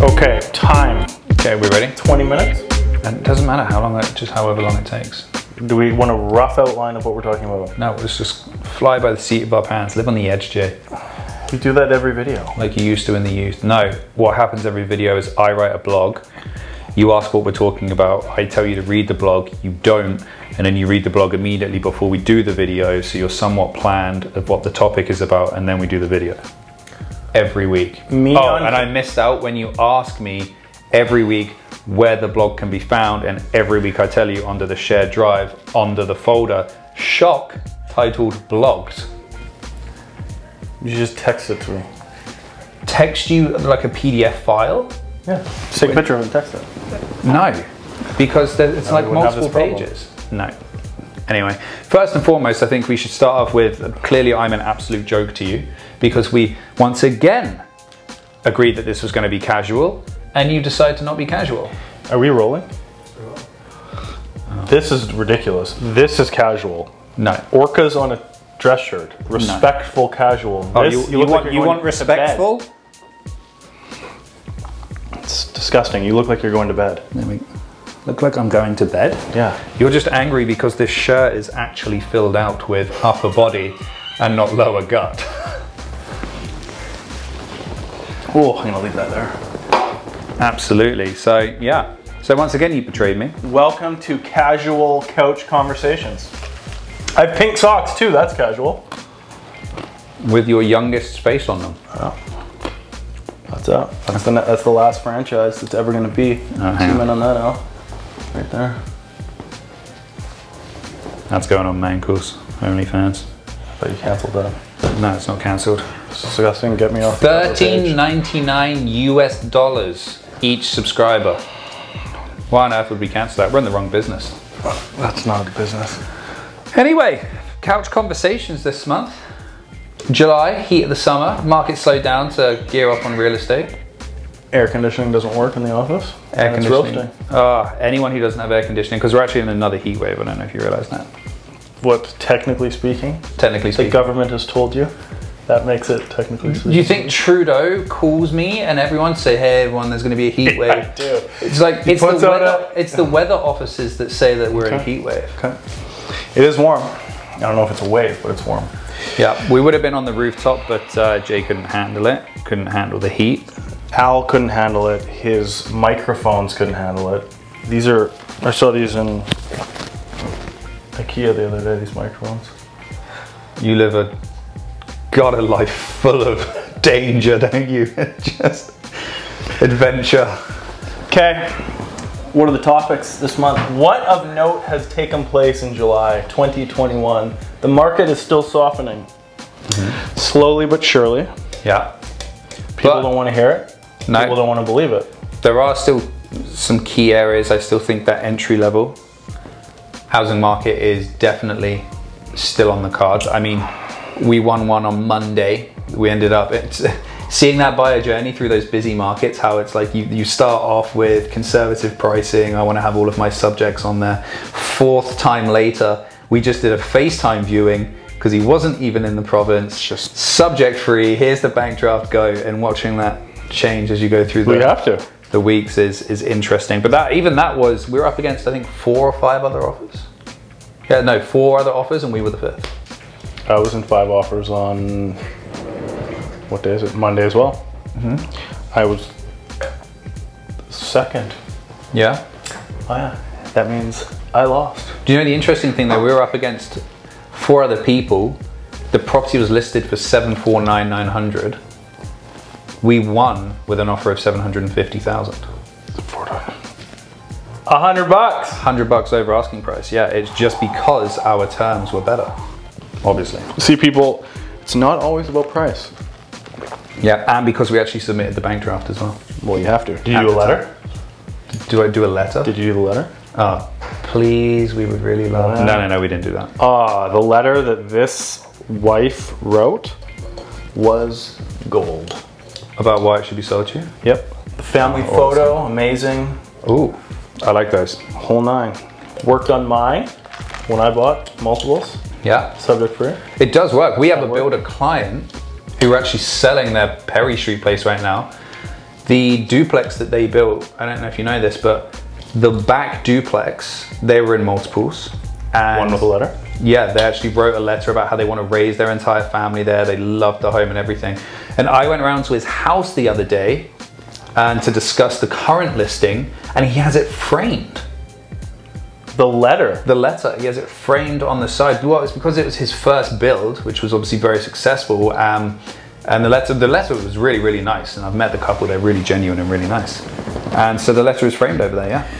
Okay, time. Okay, we ready? 20 minutes. And it doesn't matter how long that, just however long it takes. Do we want a rough outline of what we're talking about? No, let's just fly by the seat of our pants. Live on the edge, Jay, We do that every video. like you used to in the youth. No, what happens every video is I write a blog. You ask what we're talking about. I tell you to read the blog. You don't, and then you read the blog immediately before we do the video, so you're somewhat planned of what the topic is about, and then we do the video every week. Me oh, on- and I missed out when you ask me every week where the blog can be found, and every week I tell you under the shared drive, under the folder, shock titled blogs. You just text it to me. Text you like a PDF file? Yeah. Just take a picture of it and text it. No, because there, it's like wouldn't have multiple this problem. pages. No. Anyway, first and foremost, I think we should start off with clearly I'm an absolute joke to you because we once again agreed that this was going to be casual and you decide to not be casual. Are we rolling? This is ridiculous. This is casual. No. Orcas on a dress shirt. Respectful casual. Oh, This- you, you look like want, you're you going want to respectful? bed. It's disgusting. You look like you're going to bed. Let me look like I'm going to bed. Yeah. You're just angry because this shirt is actually filled out with upper body and not lower gut. Oh, I'm gonna leave that there. Absolutely. So, yeah. So, once again, you betrayed me. Welcome to casual couch conversations. I have pink socks too. That's casual. with your youngest face on them. That's up. That's the that's the last franchise that's ever gonna be. Oh, hang Zoom on. in on that Al. Right there. That's going on Mancles, OnlyFans. But you canceled that. No, it's not cancelled. It's disgusting. Get me off. the Thirteen page. ninety nine US dollars each subscriber. Why on earth would we cancel that? We're in the wrong business. That's not a business. Anyway, couch conversations this month. July, heat of the summer, market slowed down to gear up on real estate. Air conditioning doesn't work in the office. Air and it's conditioning. roasting. Ah, anyone who doesn't have air conditioning, because we're actually in another heat wave. I don't know if you realize that. What technically speaking, Technically the speaking. government has told you. That makes it technically speaking. Do you think Trudeau calls me and everyone say, "Hey, everyone, there's going to be a heat wave"? I do. It's like it's the puts out weather. It's the weather offices that say that we're in a Okay. heat wave. Okay. It is warm. I don't know if it's a wave, but it's warm. Yeah, we would have been on the rooftop, but uh, Jay couldn't handle it. Couldn't handle the heat. Al couldn't handle it. His microphones couldn't handle it. These are I saw these in IKEA the other day. These microphones. You live a got a life full of danger, don't you? Just adventure. Okay. What are the topics this month? What of note has taken place in July 2021? The market is still softening. Slowly but surely. Yeah, People But- don't want to hear it. No. People don't want to believe it. there are still some key areas. I still think that entry level housing market is definitely still on the cards. I mean, we won one on Monday. We ended up it's, seeing that buyer journey through those busy markets. How it's like you, you start off with conservative pricing. I want to have all of my subjects on there. Fourth time later, we just did a FaceTime viewing because he wasn't even in the province. Just subject free. Here's the bank draft. Go and watching that change as you go through the to. the weeks is is interesting. But that even that was we were up against I think four or five other offers. Yeah, no, four other offers and we were the fifth. I was in five offers on what day is it? Monday as well. I was second. Yeah. Oh yeah. That means I lost. Do you know the interesting thing though? We were up against four other people. The property was listed for seven four nine nine hundred. We won with an offer of seven hundred and fifty thousand. A hundred bucks. Hundred bucks over asking price. Yeah, it's just because our terms were better. Obviously. See, people, it's not always about price. Yeah, and because we actually submitted the bank draft as well. Well, you have to. Did you At do a the letter? Do I do a letter? Did you do the letter? Oh, please, we would really love. No, no, no, we didn't do that. Ah, the letter that this wife wrote was gold. About why it should be sold to you? Yep. The family photo, amazing, Ooh, I like those. whole nine. Worked on mine when I bought multiples, Yeah, subject free. it does work. We have a builder client who are actually selling their Perry Street place right now. The duplex that they built, I don't know if you know this, but the back duplex, they were in multiples. And One with a letter. yeah, they actually wrote a letter about how they want to raise their entire family there. They love the home and everything. And I went around to his house the other day and to discuss the current listing, and he has it framed. The letter. The letter, he has it framed on the side. Well, it's because it was his first build, which was obviously very successful. Um, and the letter, the letter was really, really nice. And I've met the couple; they're really genuine and really nice. And so the letter is framed over there, yeah.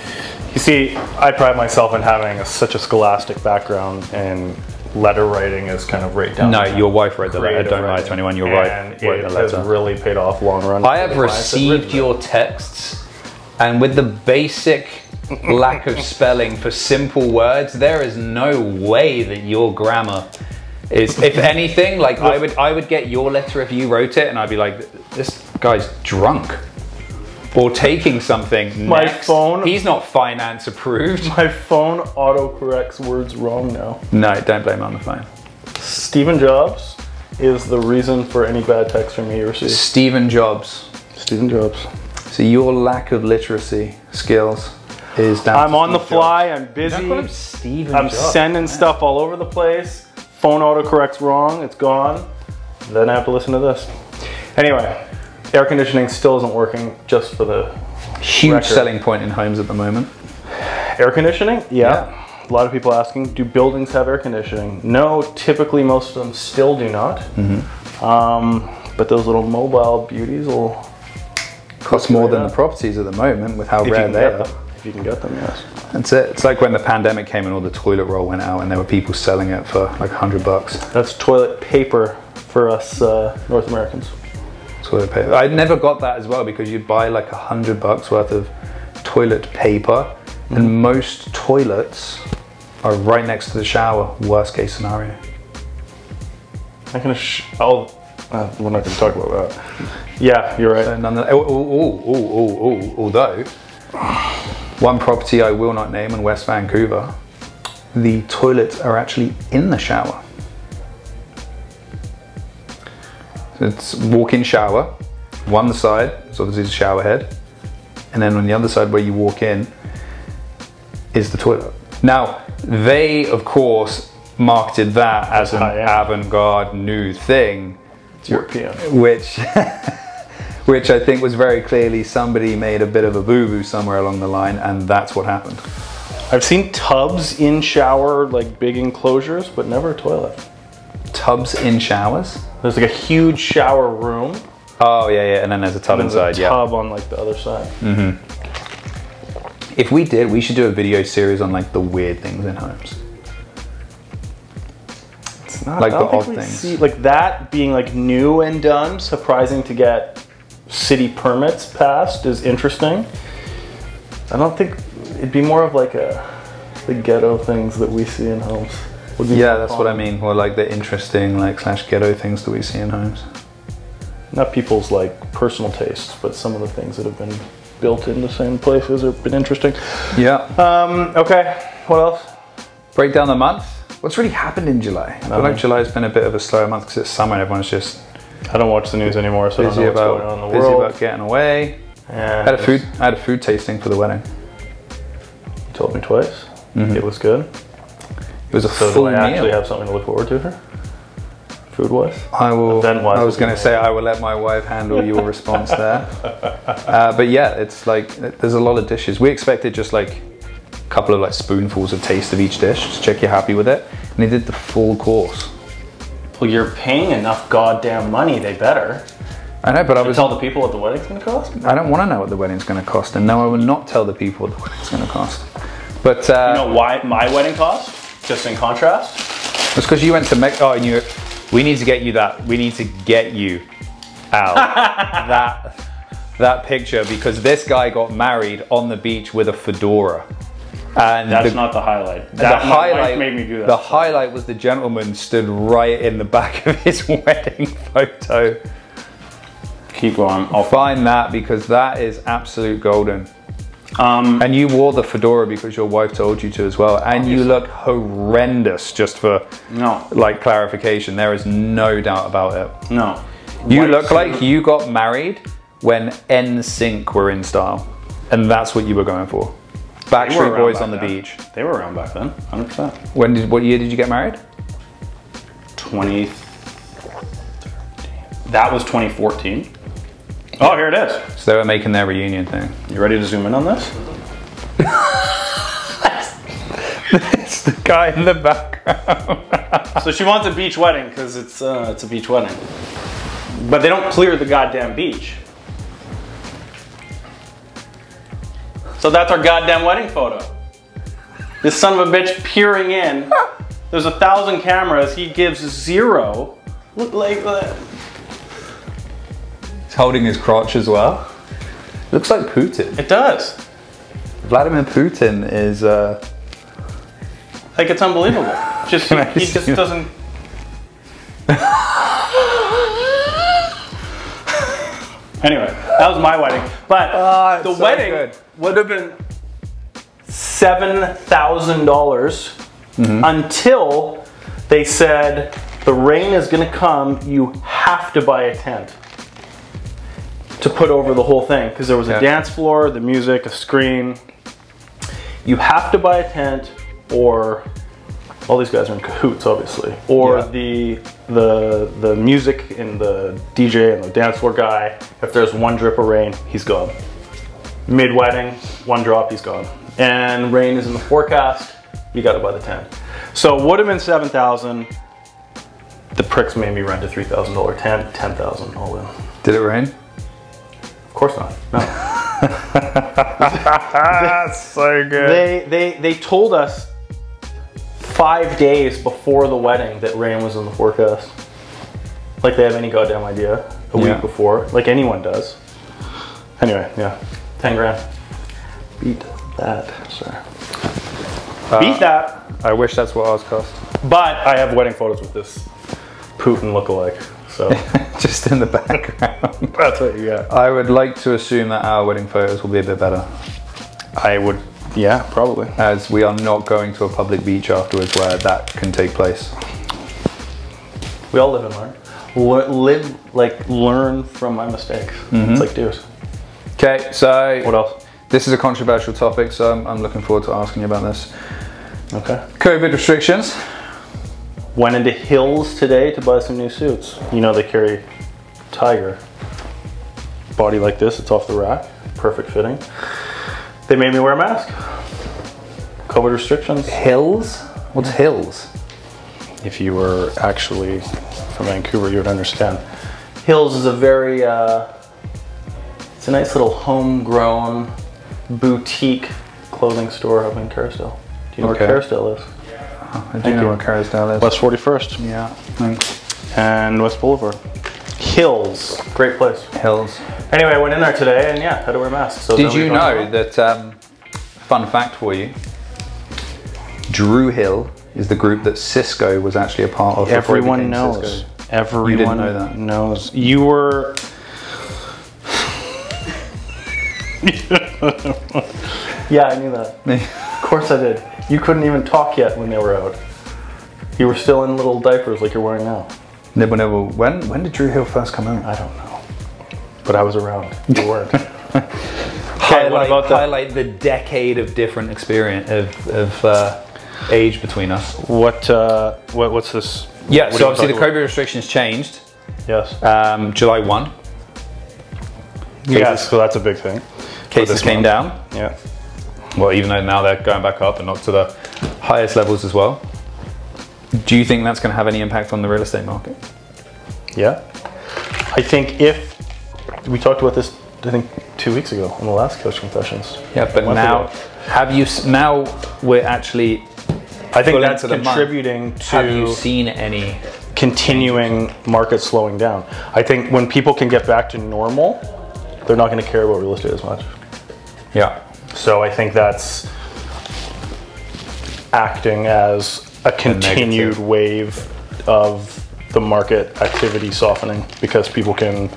You see, I pride myself in having a, such a scholastic background, and letter writing is kind of right down. No, my your wife wrote the letter. creative Don't lie to writing. anyone. Your And wife wrote it the has letter. really paid off long run. I have for the clients that received written it. your texts, and with the basic lack of spelling for simple words, there is no way that your grammar is. If anything, like I would, I would get your letter if you wrote it, and I'd be like, "This guy's drunk." Or taking something. My next. phone- He's not finance approved. My phone autocorrects words wrong now. No, don't blame it on the phone. Stephen Jobs is the reason for any bad text from me you receive. Stephen Jobs. Stephen Jobs. So your lack of literacy skills is down. I'm to on the Steve Jobs. fly. I'm busy. Don't call him Stephen I'm Jobs. sending stuff all over the place. Phone autocorrects wrong. It's gone. Then I have to listen to this. Anyway, air conditioning still isn't working just for the huge record. selling point in homes at the moment. air conditioning. Yeah. Yeah. A lot of people asking, do buildings have air conditioning? No, typically most of them still do not. Um, but those little mobile beauties will, Costs more than Yeah. the properties at the moment with how if you rare can they get are. them, if you can get them, yes. That's it. It's like when the pandemic came and all the toilet roll went out and there were people selling it for like 100 bucks. That's toilet paper for us uh, North Americans. Toilet paper. I never got that as well because you'd buy like 100 bucks worth of toilet paper Mm. and most toilets are right next to the shower, worst case scenario. I can. Ass- I'll. Uh, we're not going to talk about that. Yeah, you're right. So none oh, oh, oh, oh, oh, although one property I will not name in West Vancouver, the toilets are actually in the shower. So it's walk-in shower. One side is obviously the shower head, and then on the other side where you walk in is the toilet. Now they, of course, marketed that as an High-end. avant-garde new thing It's European. which which I think was very clearly somebody made a bit of a boo-boo somewhere along the line and that's what happened. I've seen tubs in shower, like big enclosures, but never a toilet. Tubs in showers? There's like a huge shower room. Oh yeah, yeah, and then there's a tub and There's inside, a yeah. Mm. tub on like the other side. If we did, we should do a video series on like the weird things in homes. It's not Like I don't the think odd we things. See, like that being like new and done, surprising to get city permits passed is interesting. I don't think it'd be more of like a the ghetto things that we see in homes. Would be Yeah, more that's what I common. mean. Or like the interesting like slash ghetto things that we see in homes. not people's like personal tastes, but some of the things that have been built in the same places have been interesting. Yeah. Um, okay, what else? Break down the month. What's really happened in July? I feel like July's been a bit of a slower month because it's summer and everyone's just I don't watch the news anymore, so I don't busy know what's about going on in the busy world. about getting away. And I had a food I had a food tasting for the wedding. You told me twice. It was good. It was a So Mm-hmm. full do I actually meal. have something to look forward to here? Food wise? I will. Then why I is was it going to being say I will let my wife handle your response there. Uh, but yeah, it's like there's a lot of dishes. We expected just like a couple of like spoonfuls of taste of each dish to check you're happy with it, and they did the full course. Well, you're paying enough goddamn money, they better. I know, but I was. Tell the people what the wedding's gonna cost? I don't want to know what the wedding's going to cost, and no, I will not tell the people what the wedding's going to cost. But uh, You know why my wedding cost? Just in contrast? It's because you went to Mexico. Oh, and you. We need to get you that. We need to get you out that that picture because this guy got married on the beach with a fedora. And That's the, not the highlight. the That my wife highlight made me do that. The highlight was the gentleman stood right in the back of his wedding photo. Keep going. I'll Find that because that is absolute golden. Um, And you wore the fedora because your wife told you to as well. And you look horrendous. Just for no, like clarification, there is no doubt about it. no. You White look suit. like you got married when NSYNC were in style, and that's what you were going for. They were Backstreet around Boys back on the then. beach. They were around back then, 100%. When did what year did you get married? 20. That was 2014. Oh, here it is. So they were making their reunion thing. You ready to zoom in on this? It's the guy in the background. So she wants a beach wedding because it's uh, it's a beach wedding, but they don't clear the goddamn beach. So that's our goddamn wedding photo. This son of a bitch peering in. There's a thousand cameras. He gives zero. Look like that. He's holding his crotch as well. Looks like Putin. It does. Vladimir Putin is. Uh, Like it's unbelievable. Just Can I he, he just see- doesn't. anyway, that was my wedding. But Ah, it's the so wedding good. would have been seven thousand dollars Mm-hmm. until they said the rain is going to come. You have to buy a tent to put over the whole thing because there was Yeah. a dance floor, the music, a screen. You have to buy a tent, or all these guys are in cahoots, obviously, or Yeah. the the the music and the DJ and the dance floor guy. If there's one drip of rain, he's gone. Mid wedding, one drop, he's gone. And rain is in the forecast. You got to buy the tent. So would have been seven thousand. The pricks made me rent a three thousand dollar tent, ten thousand all in. did it rain? Of course not. No. Ah, That's so good. They they they told us five days before the wedding that rain was in the forecast. Like they have any goddamn idea a Yeah. week before, like anyone does. Anyway, yeah, ten grand. Beat that, sir. Beat that. I wish that's what ours cost. But I have wedding photos with this Putin lookalike, so Just in the background. that's what you got. I would like to assume that our wedding photos will be a bit better, I would, yeah, probably. as we are not going to a public beach afterwards where that can take place. We all live and learn. Le- live like learn from my mistakes. It's like dude. Okay, so What else? this is a controversial topic, so I'm, I'm looking forward to asking you about this. Okay. COVID restrictions. Went into Hills today to buy some new suits. You know they carry Tiger. Body like this, it's off the rack, perfect fitting. They made me wear a mask. COVID restrictions. Hills? What's hills? If you were actually from Vancouver, you would understand. Hills is a very, uh, it's a nice little homegrown boutique clothing store up in Kerrisdale. Do you know Okay. where Kerrisdale is? I do know you. where Carisdale is. West 41st yeah, thanks. and West Boulevard. Hills, great place. Hills. Anyway, I went in there today and yeah, had to wear masks. So Did then we you got- know that? Um, fun fact for you. Drew Hill is the group that Cisco was actually a part of. before he Everyone became knows. Cisco. Everyone know that. knows. You were. yeah, I knew that. Of course I did. You couldn't even talk yet when they were out. You were still in little diapers like you're wearing now. Nibble Nibble. When when did Drew Hill first come out? I don't know. But I was around. You weren't. Okay, what highlight, about the, highlight the decade of different experience of, of uh, age between us. what, uh, what? What's this? Yeah, What are so you obviously the talking COVID restrictions changed about? Yes. um, July 1. Cases, yeah, so that's a big thing. cases this came month. down. Yeah. Well, even though now they're going back up and not to the highest levels as well. Do you think that's going to have any impact on the real estate market? Yeah. I think if we talked about this, I think two weeks ago on the last Coach Confessions. Yeah, but Month now ago. have you? s- Now we're actually. I think Well, that's into the month. contributing Have you to seen any? continuing market slowing down. I think when people can get back to normal, they're not going to care about real estate as much. Yeah. So I think that's acting as a continued negative. wave of the market activity softening because people can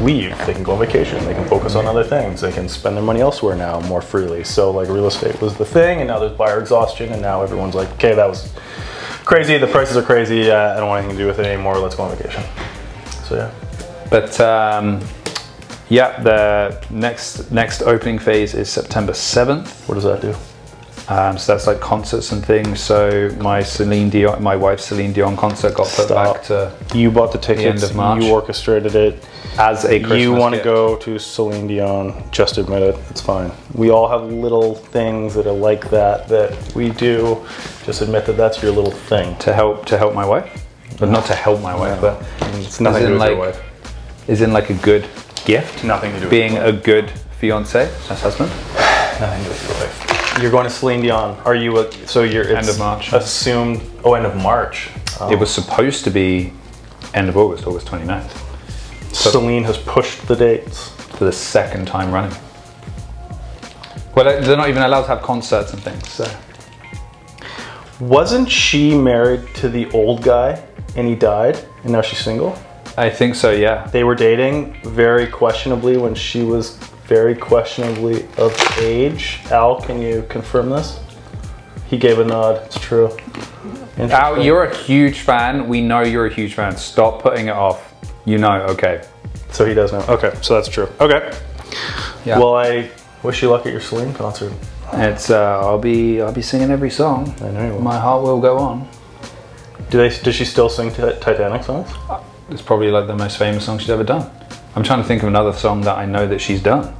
leave, they can go on vacation, they can focus on other things, they can spend their money elsewhere now more freely. So like real estate was the thing, and now there's buyer exhaustion, and now everyone's like, okay, that was crazy. The prices are crazy. Uh, I don't want anything to do with it anymore. Let's go on vacation. So yeah, But um, Yeah, the next next opening phase is September 7th. What does that do? Um, so that's like concerts and things. So my Celine Dion, my wife's Celine Dion concert got put Stop. back to You bought the tickets. end of March. You orchestrated it. as a Christmas you want to gift. go to Celine Dion? Just admit it. It's fine. We all have little things that are like that that we do. Just admit that that's your little thing. to help to help my wife, but not to help my wife, but It's nothing As to do in, with your like- wife. is in like a good gift. Nothing to do with being your a good fiance, that's husband. Nothing to do with your wife. You're going to Celine Dion. Are you? A, so you're it's End of March. Assumed. Oh, end of March. Um, It was supposed to be end of August, August Um, 29th, Celine has pushed the dates. for the second time running. Well, they- they're not even allowed to have concerts and things. So Wasn't she married to the old guy and he died and now she's single? I think so. Yeah, They were dating very questionably when she was very questionably of age. Al, can you confirm this? He gave a nod. It's true. Interesting. Al, you're a huge fan. We know you're a huge fan. Stop putting it off. You know, okay. so he does know. Okay, so that's true. Okay. Yeah. Well, I wish you luck at your Celine concert. It's uh, I'll be I'll be singing every song. I know you will. My heart will go on. Do they? Does she still sing Ti- Titanic songs? Oh, It's probably like the most famous song she's ever done. I'm trying to think of another song that I know that she's done.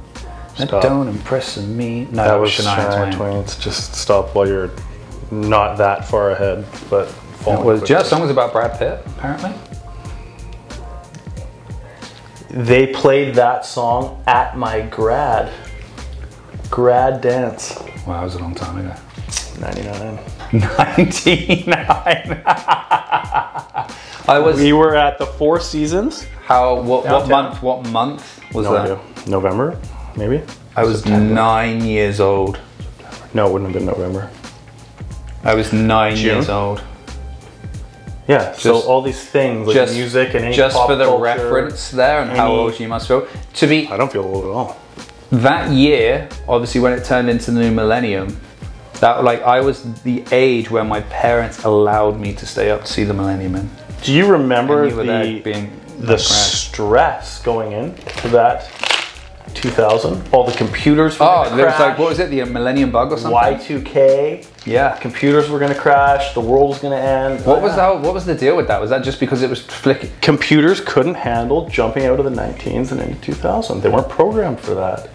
That Stop. don't impress me. No, that was Shania Twain. Twain's Just stop while you're not that far ahead, but It was, do you know that song was about Brad Pitt? Apparently, They played that song at my grad grad dance. wow, that was a long time ago. 99. 99. I was We were at the Four Seasons. how? What, what Downtown. month? What month was that? November, maybe? I was nine years old. No, it wouldn't have been November. I was nine June? years old. Yeah, so Just- all these things, like music and any just pop for the culture- reference there and how any- old you must feel. To be I don't feel old at all. that year, obviously when it turned into the new millennium, that like I was the age where my parents allowed me to stay up to see the millennium in. Do you remember And you were the, there being the like mad. stress going in to that 2000? All the computers were Oh, gonna there was like crash. what was it, the millennium bug or something? Y2K. Yeah. Computers were gonna crash. The world was gonna end. What was that? What was the deal with that? Was that just because it was flicking? Computers couldn't handle jumping out of the 19s and into 2000. They weren't programmed for that.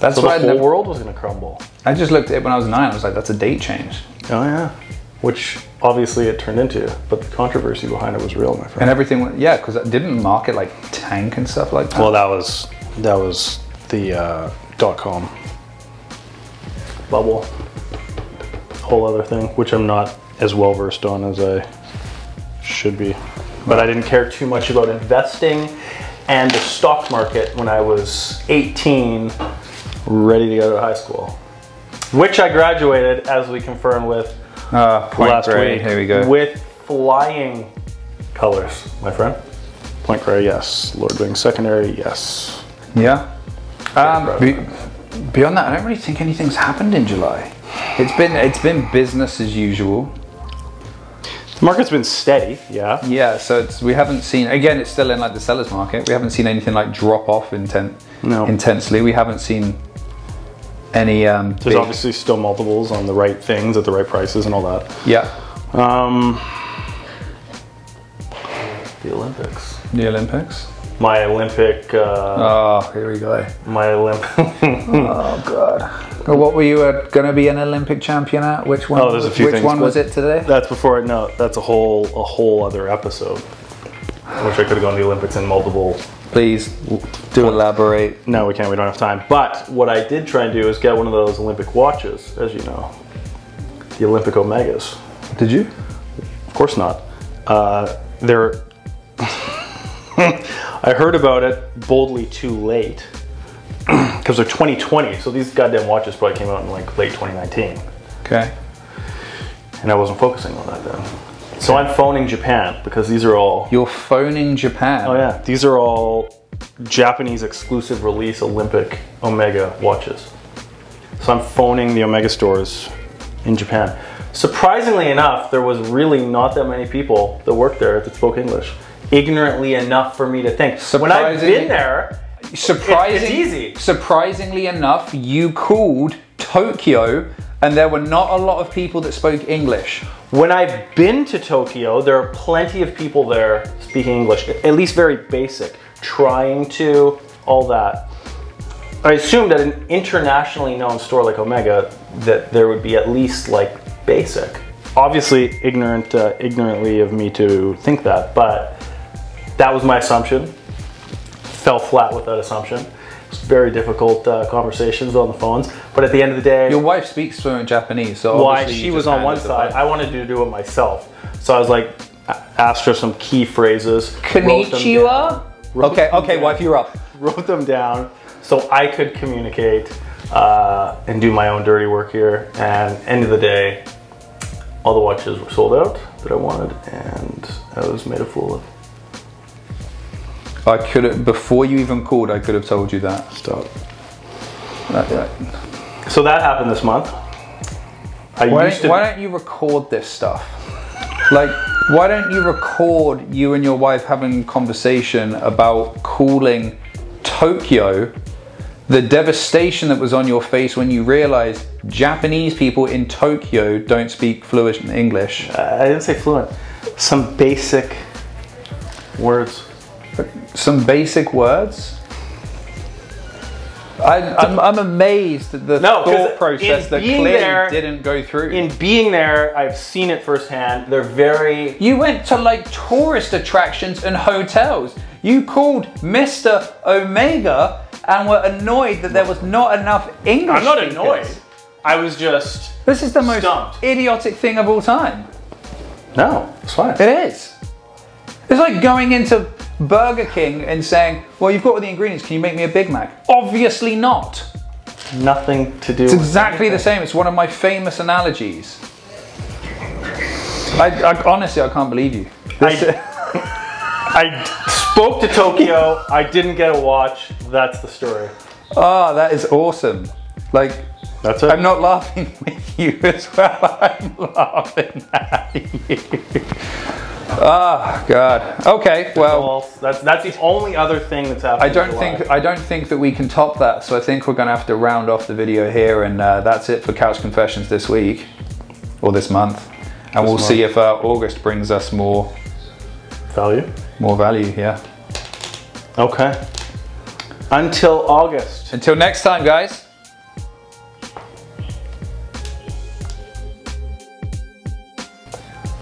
That's So why I, the whole never- world was gonna crumble. I just looked at it when I was nine. I was like, that's a date change. Oh yeah. Which obviously it turned into, but the controversy behind it was real, my And friend. everything, went, yeah, because didn't market like tank and stuff like that. well, that was that was the uh, dot com bubble, whole other thing, which I'm not as well versed on as I should be. But I didn't care too much about investing and the stock market when I was 18, ready to go to high school, which I graduated, as we confirmed with uh, point last grey, week. Here we go. With flying colors, my friend. Point Grey, yes. Lord Wing Secondary, yes. Yeah. Um, probably. be- beyond that, I don't really think anything's happened in July. It's been it's been business as usual. The market's been steady, yeah. Yeah. So it's we haven't seen again. It's still in like the sellers market. We haven't seen anything like drop off intent No. intensely. We haven't seen any. Um, There's big- obviously still multiples on the right things at the right prices and all that. yeah. Um, the Olympics. The Olympics. My Olympic, uh, Oh, here we go. my Olympic. Oh God. Well, What were you uh, going to be an Olympic champion at? Which one? Oh, there's a few Which things, one but- was it today? that's before. No, that's a whole a whole other episode. Which I could have gone to the Olympics in multiple Please do elaborate. No, we can't. We don't have time. But what I did try and do is get one of those Olympic watches, as you know, the Olympic Omegas. Did you? Of course not. Uh, they're. I heard about it boldly too late because they're 2020. So these goddamn watches probably came out in like late 2019, Okay. and I wasn't focusing on that then. So I'm phoning Japan because these are all You're phoning Japan. Oh yeah, these are all Japanese exclusive release Olympic Omega watches. So I'm phoning the Omega stores in Japan. Surprisingly enough, there was really not that many people that worked there that spoke English. Ignorantly enough for me to think. When I've Surprisingly- been there, surprising, It's easy. Surprisingly enough, you called Tokyo, and there were not a lot of people that spoke English. When I've been to Tokyo, there are plenty of people there speaking English, at least very basic, trying to, all that. I assume that an internationally known store like Omega, that there would be at least like basic. Obviously, ignorant, uh, ignorantly of me to think that, but that was my assumption. Fell flat with that assumption. It's very difficult uh, conversations on the phones, but at the end of the day, Your wife speaks fluent Japanese, so why obviously you she just was on handed one the side. phone. I wanted to do it myself, so I was like, a- asked her some key phrases. wrote them Konnichiwa. Wrote Okay, them okay, down. wife, you're up. down- Wrote them down so I could communicate uh, and do my own dirty work here. And end of the day, all the watches were sold out that I wanted, and I was made a fool of. I could have before you even called. I could have told you that. Stop. That- that- So that happened this month. I Why used don't, to. why don't you record this stuff? Like, why don't you record you and your wife having a conversation about calling Tokyo the devastation that was on your face when you realized Japanese people in Tokyo don't speak fluent English? I didn't say fluent. Some basic words. Some basic words? I, I'm, I'm amazed at the No, 'cause thought process in that being clearly there- didn't go through. In being there, I've seen it firsthand. They're very You went to like tourist attractions and hotels. You called Mr. Omega and were annoyed that there was not enough English. I'm not speakers. annoyed. I was just This is the most Stumped. idiotic thing of all time. no. It's fine. It is. It's like going into Burger King and saying, Well, you've got all the ingredients, can you make me a Big Mac? Obviously not. Nothing to do. It's with exactly the same. It's one of my famous analogies. I, I, honestly, I can't believe you. This- I, I spoke to Tokyo. I didn't get a watch. That's the story. oh, that is awesome. Like, That's it. I'm not laughing with you as well. I'm laughing at you. Oh God. Okay. Well, False. That's that's the only other thing that's happened. I don't think I don't think that we can top that. So I think we're going to have to round off the video here, and uh, that's it for Couch Confessions this week or this month. And we'll month. see if uh, August brings us more value. more value. Yeah. Okay. Until August. Until next time, guys.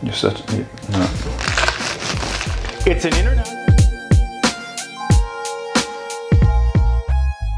You're such. you- no. It's an internet.